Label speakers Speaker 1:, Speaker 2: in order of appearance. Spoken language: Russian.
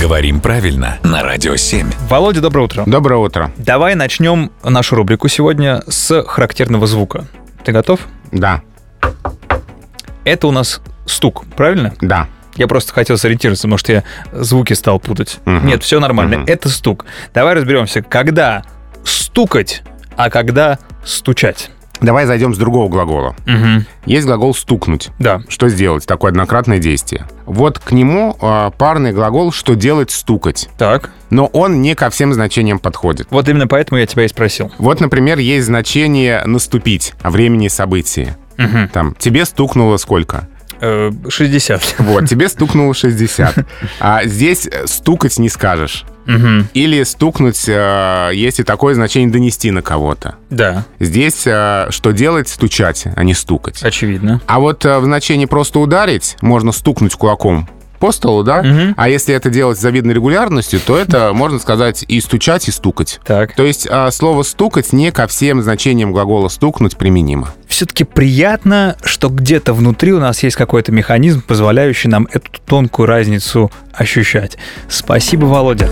Speaker 1: Говорим правильно на Радио 7.
Speaker 2: Володя, доброе утро.
Speaker 3: Доброе утро.
Speaker 2: Давай начнем нашу рубрику сегодня с характерного звука. Ты готов?
Speaker 3: Да,
Speaker 2: Это у нас стук, правильно?
Speaker 3: да.
Speaker 2: Я просто хотел сориентироваться, может, я звуки стал путать.
Speaker 3: Мгм.
Speaker 2: Нет, все нормально.
Speaker 3: Мгм.
Speaker 2: Это стук. Давай разберемся, когда стукать, а когда стучать.
Speaker 3: Давай зайдем с другого глагола.
Speaker 2: Мгм.
Speaker 3: Есть глагол «стукнуть».
Speaker 2: Да.
Speaker 3: Что сделать? Такое однократное действие. Вот к нему э, парный глагол «что делать?» «стукать».
Speaker 2: Так.
Speaker 3: Но он не ко всем значениям подходит.
Speaker 2: Вот именно поэтому я тебя и спросил.
Speaker 3: Вот, например, есть значение «наступить» о времени и событии.
Speaker 2: Мгм.
Speaker 3: Там «тебе стукнуло сколько?»
Speaker 2: Э, 60.
Speaker 3: Вот, тебе стукнуло 60. А здесь э, «стукать» не скажешь.
Speaker 2: Мгм.
Speaker 3: Или «стукнуть» э, есть и такое значение «донести на кого-то».
Speaker 2: Да,
Speaker 3: Здесь э, «что делать?» «стучать», а не «стукать».
Speaker 2: очевидно.
Speaker 3: А вот э, в значении просто ударить можно стукнуть кулаком по столу, да?
Speaker 2: Мгм.
Speaker 3: А если это делать с завидной регулярностью, то это можно сказать и стучать, и стукать.
Speaker 2: Так.
Speaker 3: То есть э, слово «стукать» не ко всем значениям глагола «стукнуть» применимо.
Speaker 2: все-таки приятно, что где-то внутри у нас есть какой-то механизм, позволяющий нам эту тонкую разницу ощущать. Спасибо, Володя.